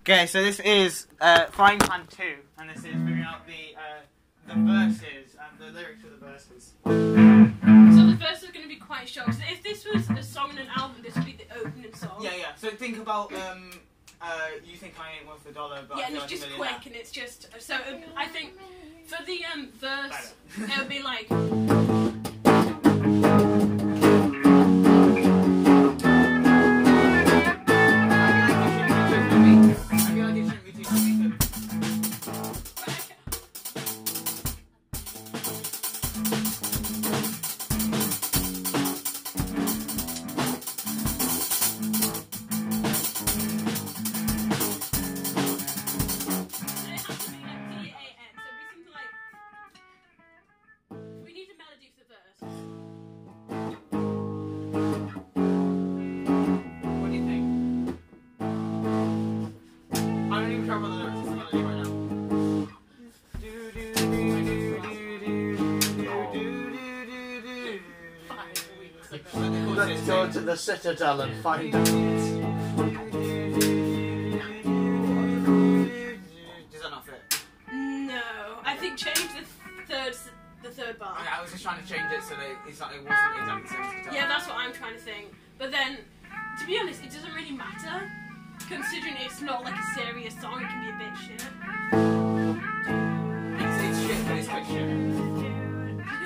Okay, so this is uh, Frying Pan 2, and this is figuring out the, uh, the verses and the lyrics of the verses. So the first is going to be quite short. 'cause if this was a song and an album, this would be the opening song. Yeah, yeah. So think about um, uh, you think I ain't worth a dollar, but Yeah, I and feel it's like just a millionaire. quick, and it's just so. um, I think for the um verse, Better. it would be like. I feel like it shouldn't be too complicated. What do you think? I don't even care about the lyrics. It's not right now. Let's go to the Citadel and find out. Does that not fit? No, I think change the third, the third bar. Okay, I was just trying to change it so that it's not, it wasn't exactly the same as the guitar. Yeah, that's what I'm trying to think. But then, to be honest, it doesn't really matter, considering it's not like a serious song. It can be a bit shit. It's, it's shit, but it's quick shit.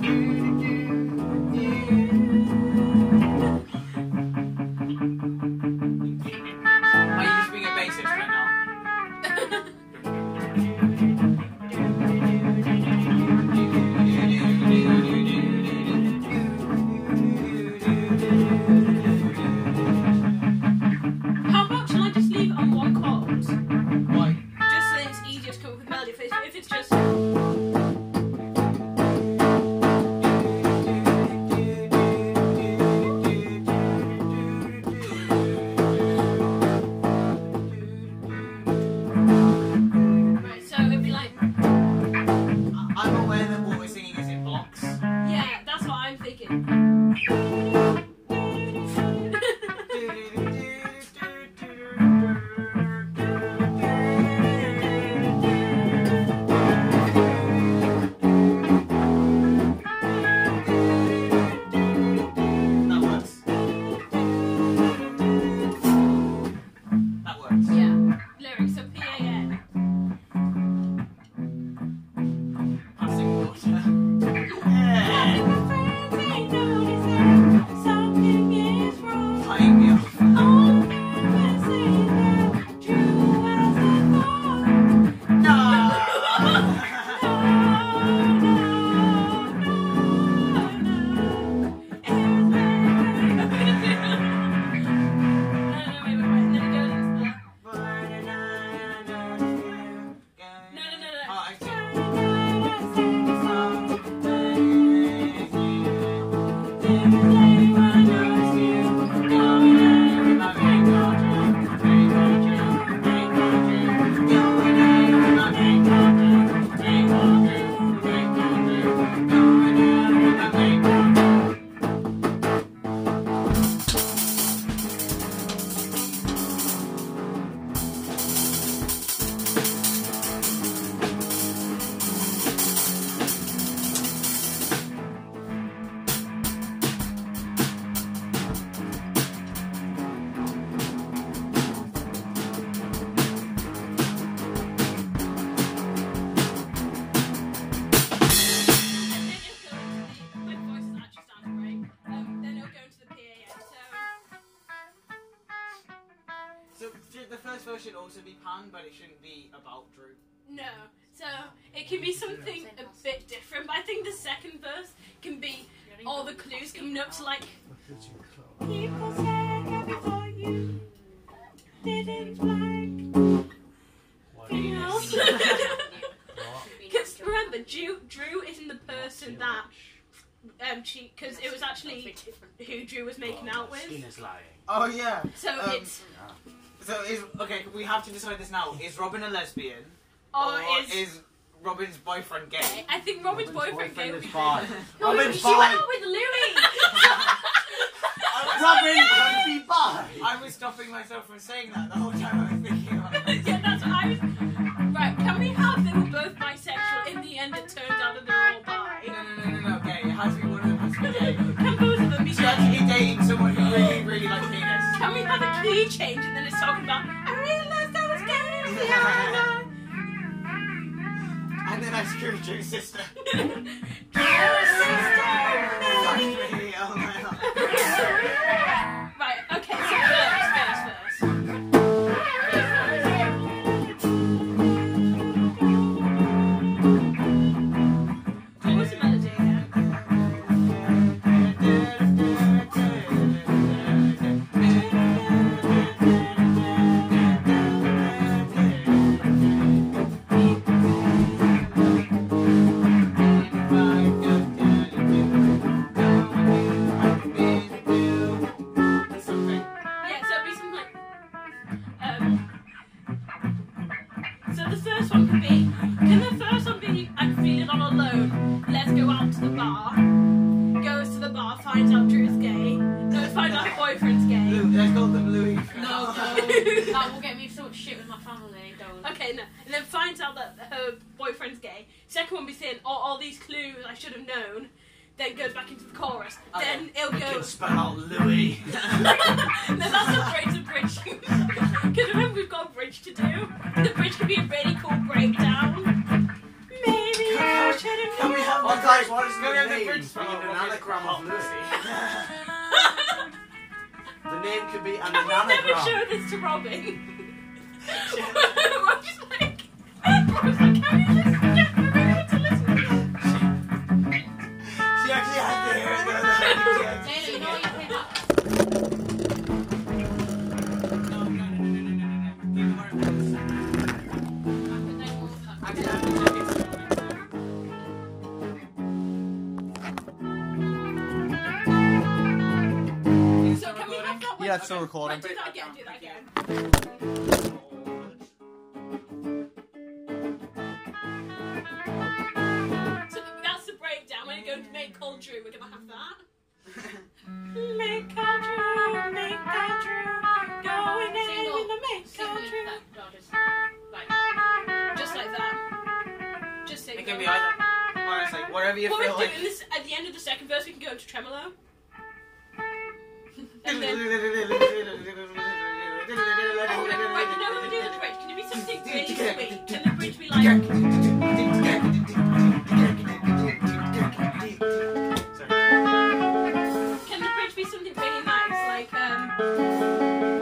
yeah. Are you just being a bassist right now? How about shall I just leave it on one chord? Why? Just so it's easier to come up with melody. If it's, if it's just. Right, so it'd be like. I'm aware that what we're singing is in blocks. Yeah, that's what I'm thinking. That works. That works. yeah. Lyrics, so P A N. Passing water. Yeah. Playing the No. Oh, I see. So should the first verse should also be pan, but it shouldn't be about Drew. No, so it can be something a bit different, but I think the second verse can be all the clues coming up to like. People said that before you didn't like anything else. Because remember, Drew, Drew isn't the person that um cheat because it was actually who Drew was making out with. is lying. Oh yeah. So Um, it's So is okay. We have to decide this now. Is Robin a lesbian? or or is, is Robin's boyfriend gay. I think Robin's boyfriend gay boyfriend would is be fine. No, Robin's she fine. went out with Louis. Oh, Robin can be bi. I was stopping myself from saying that the whole time I was thinking about it. yeah, that's what I was. Right, can we have them both bisexual? In the end, it turned out that they're all bi. No, no, no, no, no, gay. It has to be one of them has to be gay. Can both of them be She bi? had to be dating someone who really, really likes penis. Can we have a key change and then it's talking about I realised I was gay And then I screwed your sister. Fucked Right, me, oh my God. okay, so first, first, first. What was the melody again? Yeah, so it'd be something like. Um, so the first one could be. Can the first one be? I'm feeling all alone. Let's go out to the bar. Goes to the bar, finds out Drew's gay. No, finds out her boyfriend's gay. No, don't. that will get me so much shit with my family. Don't. Okay, no. And then finds out that her boyfriend's gay. Second one be saying, oh, all these clues I should have known. Then goes back into the chorus. Then it'll go. Louis. no, that's a bridge to bridge. Because remember, we've got a bridge to do. The bridge could be a really cool breakdown. Maybe I should Can have. we have Well, guys, what is Go the get the name? bridge We need an anagram of Lucy. The name could be an Can we never show anagram. this to Robin? I'm just like. Robin's like, can we just get everyone to listen to this? She actually had to hear that. Taylor, you know what you play that? But then we'll- So can we have that one? Yeah, it's still recording. Right, do that again, do that again. So that's the breakdown. When you go to make cold drew, we're gonna have that. Make cold drew, make cold drew, going in Single. in the make Sing cold with drew. that, no, just- Just like that. Just sing. It can be that. either. Honestly, whatever you What feel we're like. doing this at the end of the second verse, we can go into tremolo. And then, and then right, you know when we do the bridge, can it be something really sweet? Can the bridge be like? Can the bridge be something really nice, like um?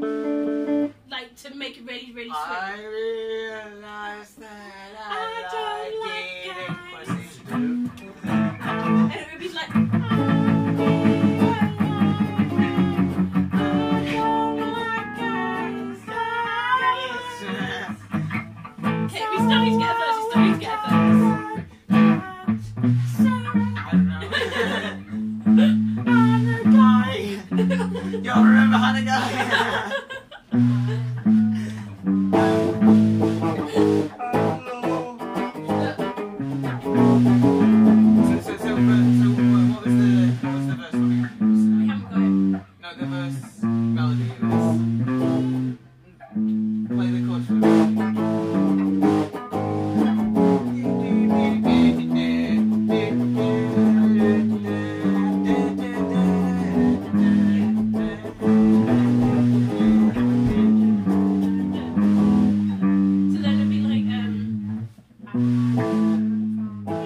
Like to make it really, really sweet. I realize that I, I like it. don't Pussy. And it would be like. Okay, we still need to get a verse. We still need to get a verse. I don't know. Hanagai. Y'all remember Hanagai? so, so, so, so, what was the, what was the verse? we haven't got it. No, the verse melody was. Play the chord for me. So then it'd be like, um, um,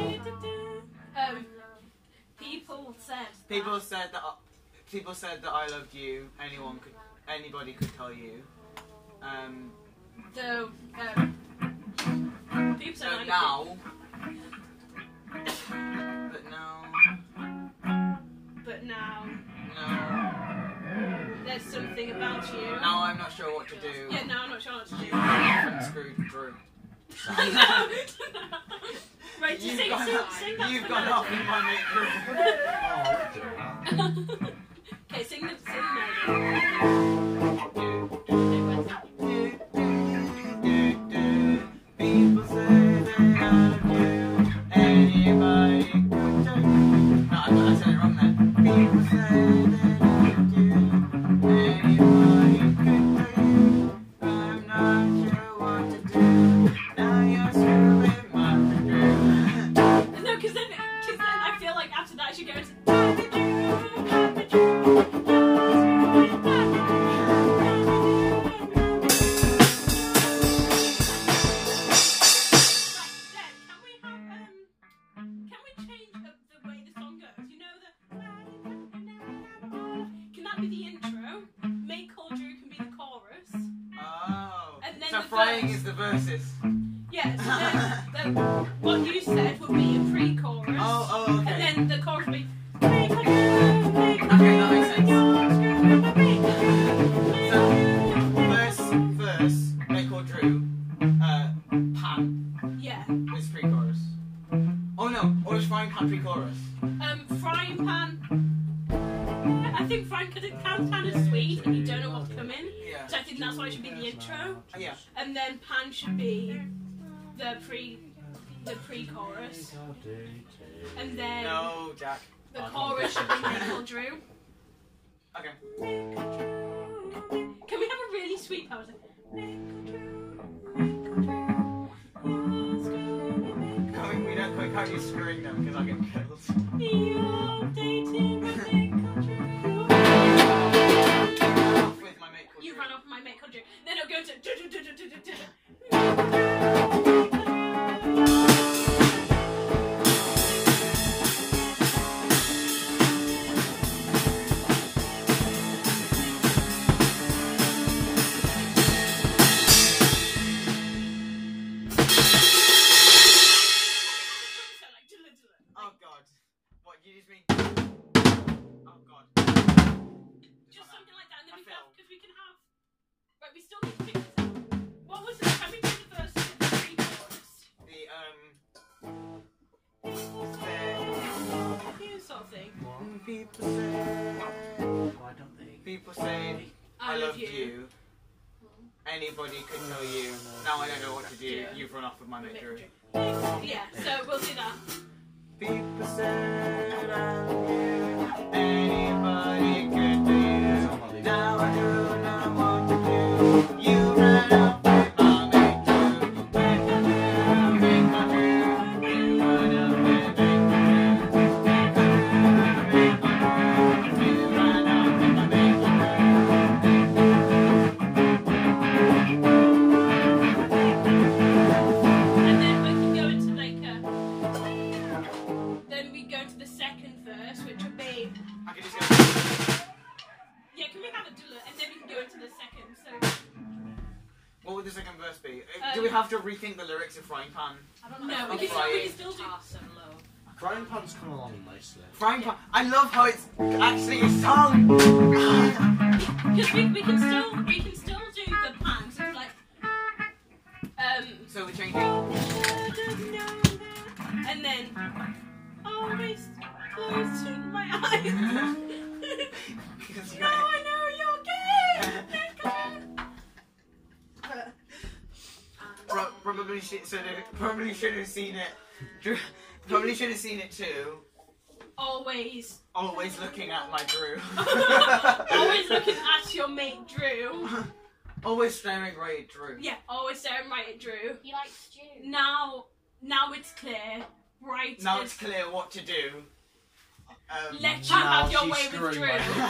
people said. People said that people said that I loved you. Anyone could, anybody could tell you. Um, The um, people said. but I- now, but now, But now no. there's something about you. Now I'm not sure what to do. Yeah, now I'm not sure what to do. You screwed Drew. no. right, just You've sing, gone sing, off- sing that You've for gone now. off in my mate Drew. okay, sing the sing the melody. no, it's not. in Oh. So the frying verse. is the verses. Yeah, so then, the, what you said would be a pre-chorus. Oh, oh, okay. And then the chorus would be. Okay, that makes sense. So, verse, verse, Nick or Drew, uh, pan Yeah. is pre-chorus. Oh no, or is frying pan pre-chorus? Um, frying pan. I think frying pan, pan, pan is sweet and you don't know what's coming. Yeah. So I think that's why it should be the intro. Yeah. And then pan should be the pre the pre-chorus. And then No, Jack. the chorus should be Michael Drew. Okay. Can we have a really sweet power? Can we, we don't, we can't use screwing them because I'll get killed. With my mate called You Drew. run off my mate country. Then it'll go to. Oh god. What, you just mean. Oh god. Just something like that, and then we I can have, fell. because we can have. Right, we still need to figure this out. What was the. Can we do the verse and the pre chorus? The, um. You sort of thing. The, people say. Why don't they? People say. I, loved you. Anybody could tell you. Now I don't know what to do. Yeah. You've run off with my mate Drew. Yeah, so we'll do that. People said I love you. Anybody could do. Now I don't know what to do. You ran off with my mate Drew. With the Drew, with my Drew. You ran off with my Drew. You ran off with my mate Drew. And then we can go into like a. Then we go to the second verse, which would be. I could just go. Yeah, can we have a dula? And then we can go into the second. So. What would the second verse be? Uh, Um, do we have to rethink the lyrics of Frying Pan? we No, we can can still, we can still do. Frying pan's come along nicely. Frying Pan. I love how it's actually a song. God. Because we, we can still we can still do the pan. So it's like. Um. So we're changing. And then always close to my eyes. Because you now got- I know you're gay. Nicola. Pro- probably should should have probably should have seen it. Drew- Probably should have seen it too. Always, Always looking at my Drew. always looking at your mate Drew. Always staring right at Drew. Yeah, always staring right at Drew. He likes stew. Now, now it's clear. Right Now is- it's clear what to do. Um, Let you Now have your she's way with screwing Drew. my-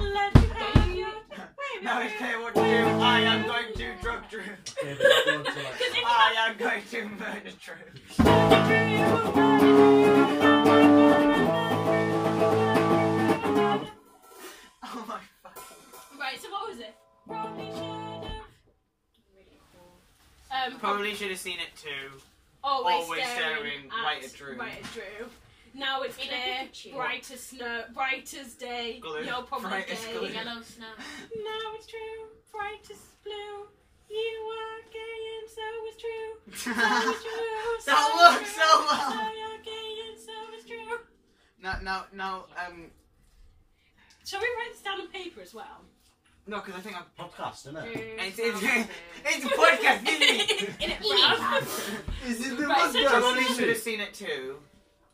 Let you have your way with now it's Drew. clear what to do. I am going to drug Drew. Yeah, but it works Because like- if you I am going to murder Drew. Oh my fucking. Right, so what was it? Probably should have. Um, Probably should have seen it too. always, always staring right at Drew. Right at Drew. Now it's In a clear, picture. bright as snow, bright as day. Glue. You're probably Bright as glue. gay. Now Yellow snow. it's true, bright as blue. You are gay and so is Drew. So is that Drew. So works is Drew. so So well. you're gay and so is Drew. Now, now, now, um, Shall we write this down on paper as well? no, because I think I'm. Podcast, isn't it? It's, it's, it's a podcast, isn't it? In it, Brad. Is it the Right, so podcast? Probably should have seen it too.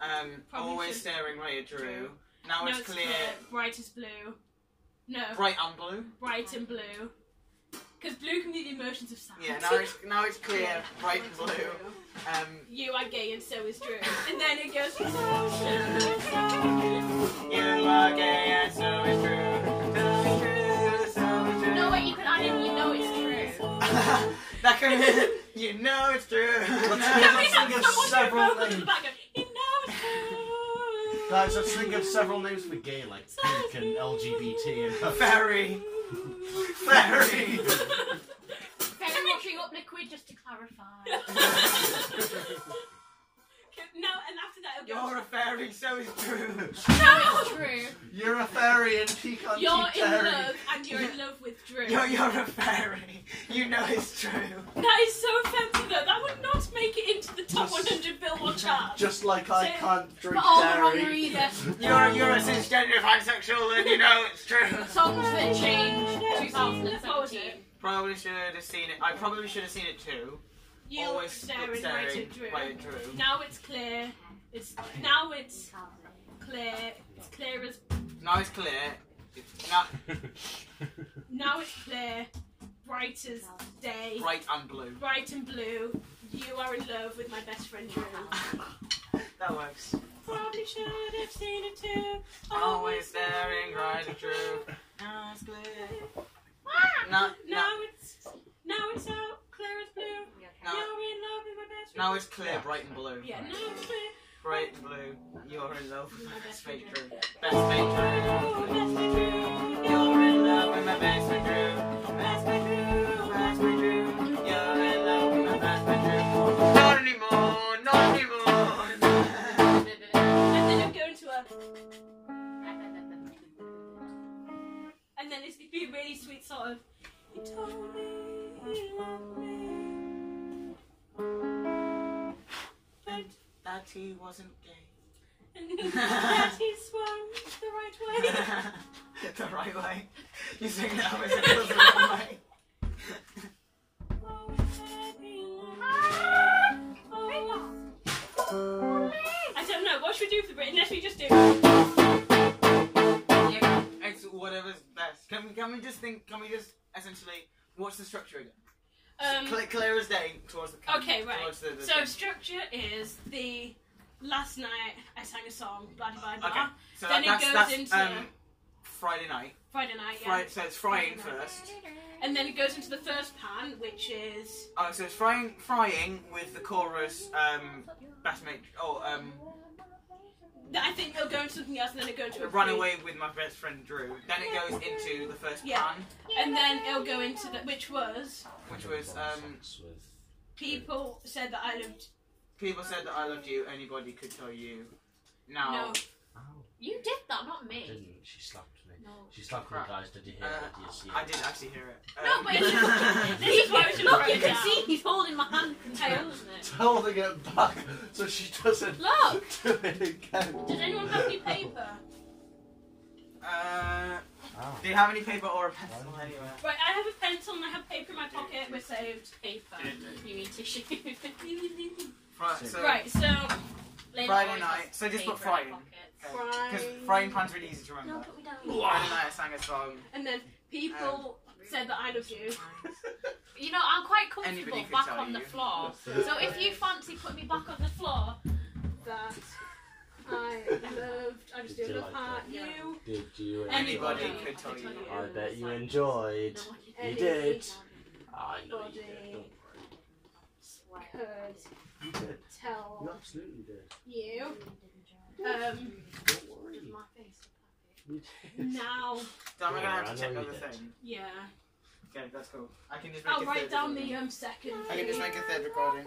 Um, Probably always should- staring right at Drew. Now No, it's, clear. Bright as blue. No, Bright and blue. bright and blue. Because blue can be the emotions of sadness. Yeah, now it's now it's clear. Bright and blue. Um, You are gay and so is Drew. And then it goes. "Oh, no, you are gay and so is Drew. So is Drew. So is Drew. No, wait, you can add in, you know it's true. that could you know it's true. Let's think of someone several do a vocal to the names. back and, You know it's Drew. Guys, let's think of several names for gay, like pink and LGBT and Very, very. Can we show is true. No! True. You're a fairy and she can't You're keep in Terry. love and you're in love with Drew. You're, you're a fairy. You know it's true. That is so offensive though. That would not make it into the top Just- 100 Billboard chart. Just like I So- can't For drink all the wrong dairy. reasons. You're, you're a cisgender bisexual and you know it's true. Songs that changed 2017. Probably should have seen it. I probably should have seen it too. You Always there and staring waited Drew. Right, true. Now it's clear. It's now it's clear. It's clear as Now it's clear. It's not now it's clear. Bright as day. bright and blue. Bright and blue. You are in love with my best friend Drew. That works. Probably should have seen it too. Always staring right at truth. Now it's clear. Ah! No, now no. it's now it's out clear as blue. Now, You're in love with my best friend. now it's clear, bright and blue. yeah, now it's clear. Bright and blue. You're in love with my My best best fake friend. Drew. Best fake Oh, Drew. best friend Drew. You're in love with my best friend Drew. Best friend Drew. Best friend Drew. You're in love with my best friend Drew. Not anymore. Not anymore. And then I'm going to her, and then it's gonna be a really sweet sort of. You told me you loved me, but that he wasn't gay. that he swung the right way. the right way. You sing that was it was the wrong way. Oh, that he loved me. Oh. I don't know. What should we do for the Brit? Unless we just do. It's whatever's best. Can we can we just think? Can we just essentially what's the structure again? Um, Clear, clear as day towards the. camera, Okay, right. Towards the, the So thing. structure is the last night I sang a song, blah blah blah. okay. blah. So that, then it that's, goes that's, into- um, Friday night. Friday night, yeah. Fri- so it's frying Friday night. first. And then it goes into the first pan, which is Oh, so it's frying, frying with the chorus. Um, best mate. Oh, um, that I think they'll go into something else, and then it go into a run food. away with my best friend Drew. Then it goes into the first Yeah. pan, and then it'll go into the which was which was um, people said that I loved People said that I loved you. Anybody could tell you. Now, no. You did that, not me. Oh, Didn't she slapped me? No. She slapped me, Crap. guys. Did you hear Uh, it? Did you see I it? didn't actually hear it. No, Um, but it's- This is why we should Look, write you it can down. see he's holding my hand and tail, isn't it? Holding it back so she doesn't Look! do it again. Does anyone have any paper? uh, Oh. do you have any paper or a pencil anywhere? Right, I have a pencil and I have paper in my pocket. We're saved. Paper. You mean tissue. Right, so, Right, so Lena Friday always night. has So just put paper in her Friday. pockets. Because Frying. frying pan's really easy to remember. No, put me down. Friday night I sang a song. and then people said that I loved you. You know, I'm quite Anybody comfortable could back tell on the you. floor. So if you fancy putting me back on the floor, that I loved. I just did a part you. Did you? Anybody enjoy? could tell you. I bet you enjoyed. no one can You Any did. I know Anybody. you did. Don't worry. swear. could You did. You tell absolutely did. you. Um, Don't worry. My face. You did. now, Damn, I'm gonna Yeah, have I to check know another you did. thing. yeah. Okay, that's cool. I can just make a I'll write third down the recording. um second. I can just make a third recording.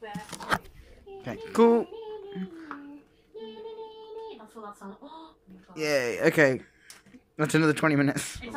best. Okay, cool. I feel that sound. Oh, my God. Yay, okay. That's another 20 minutes.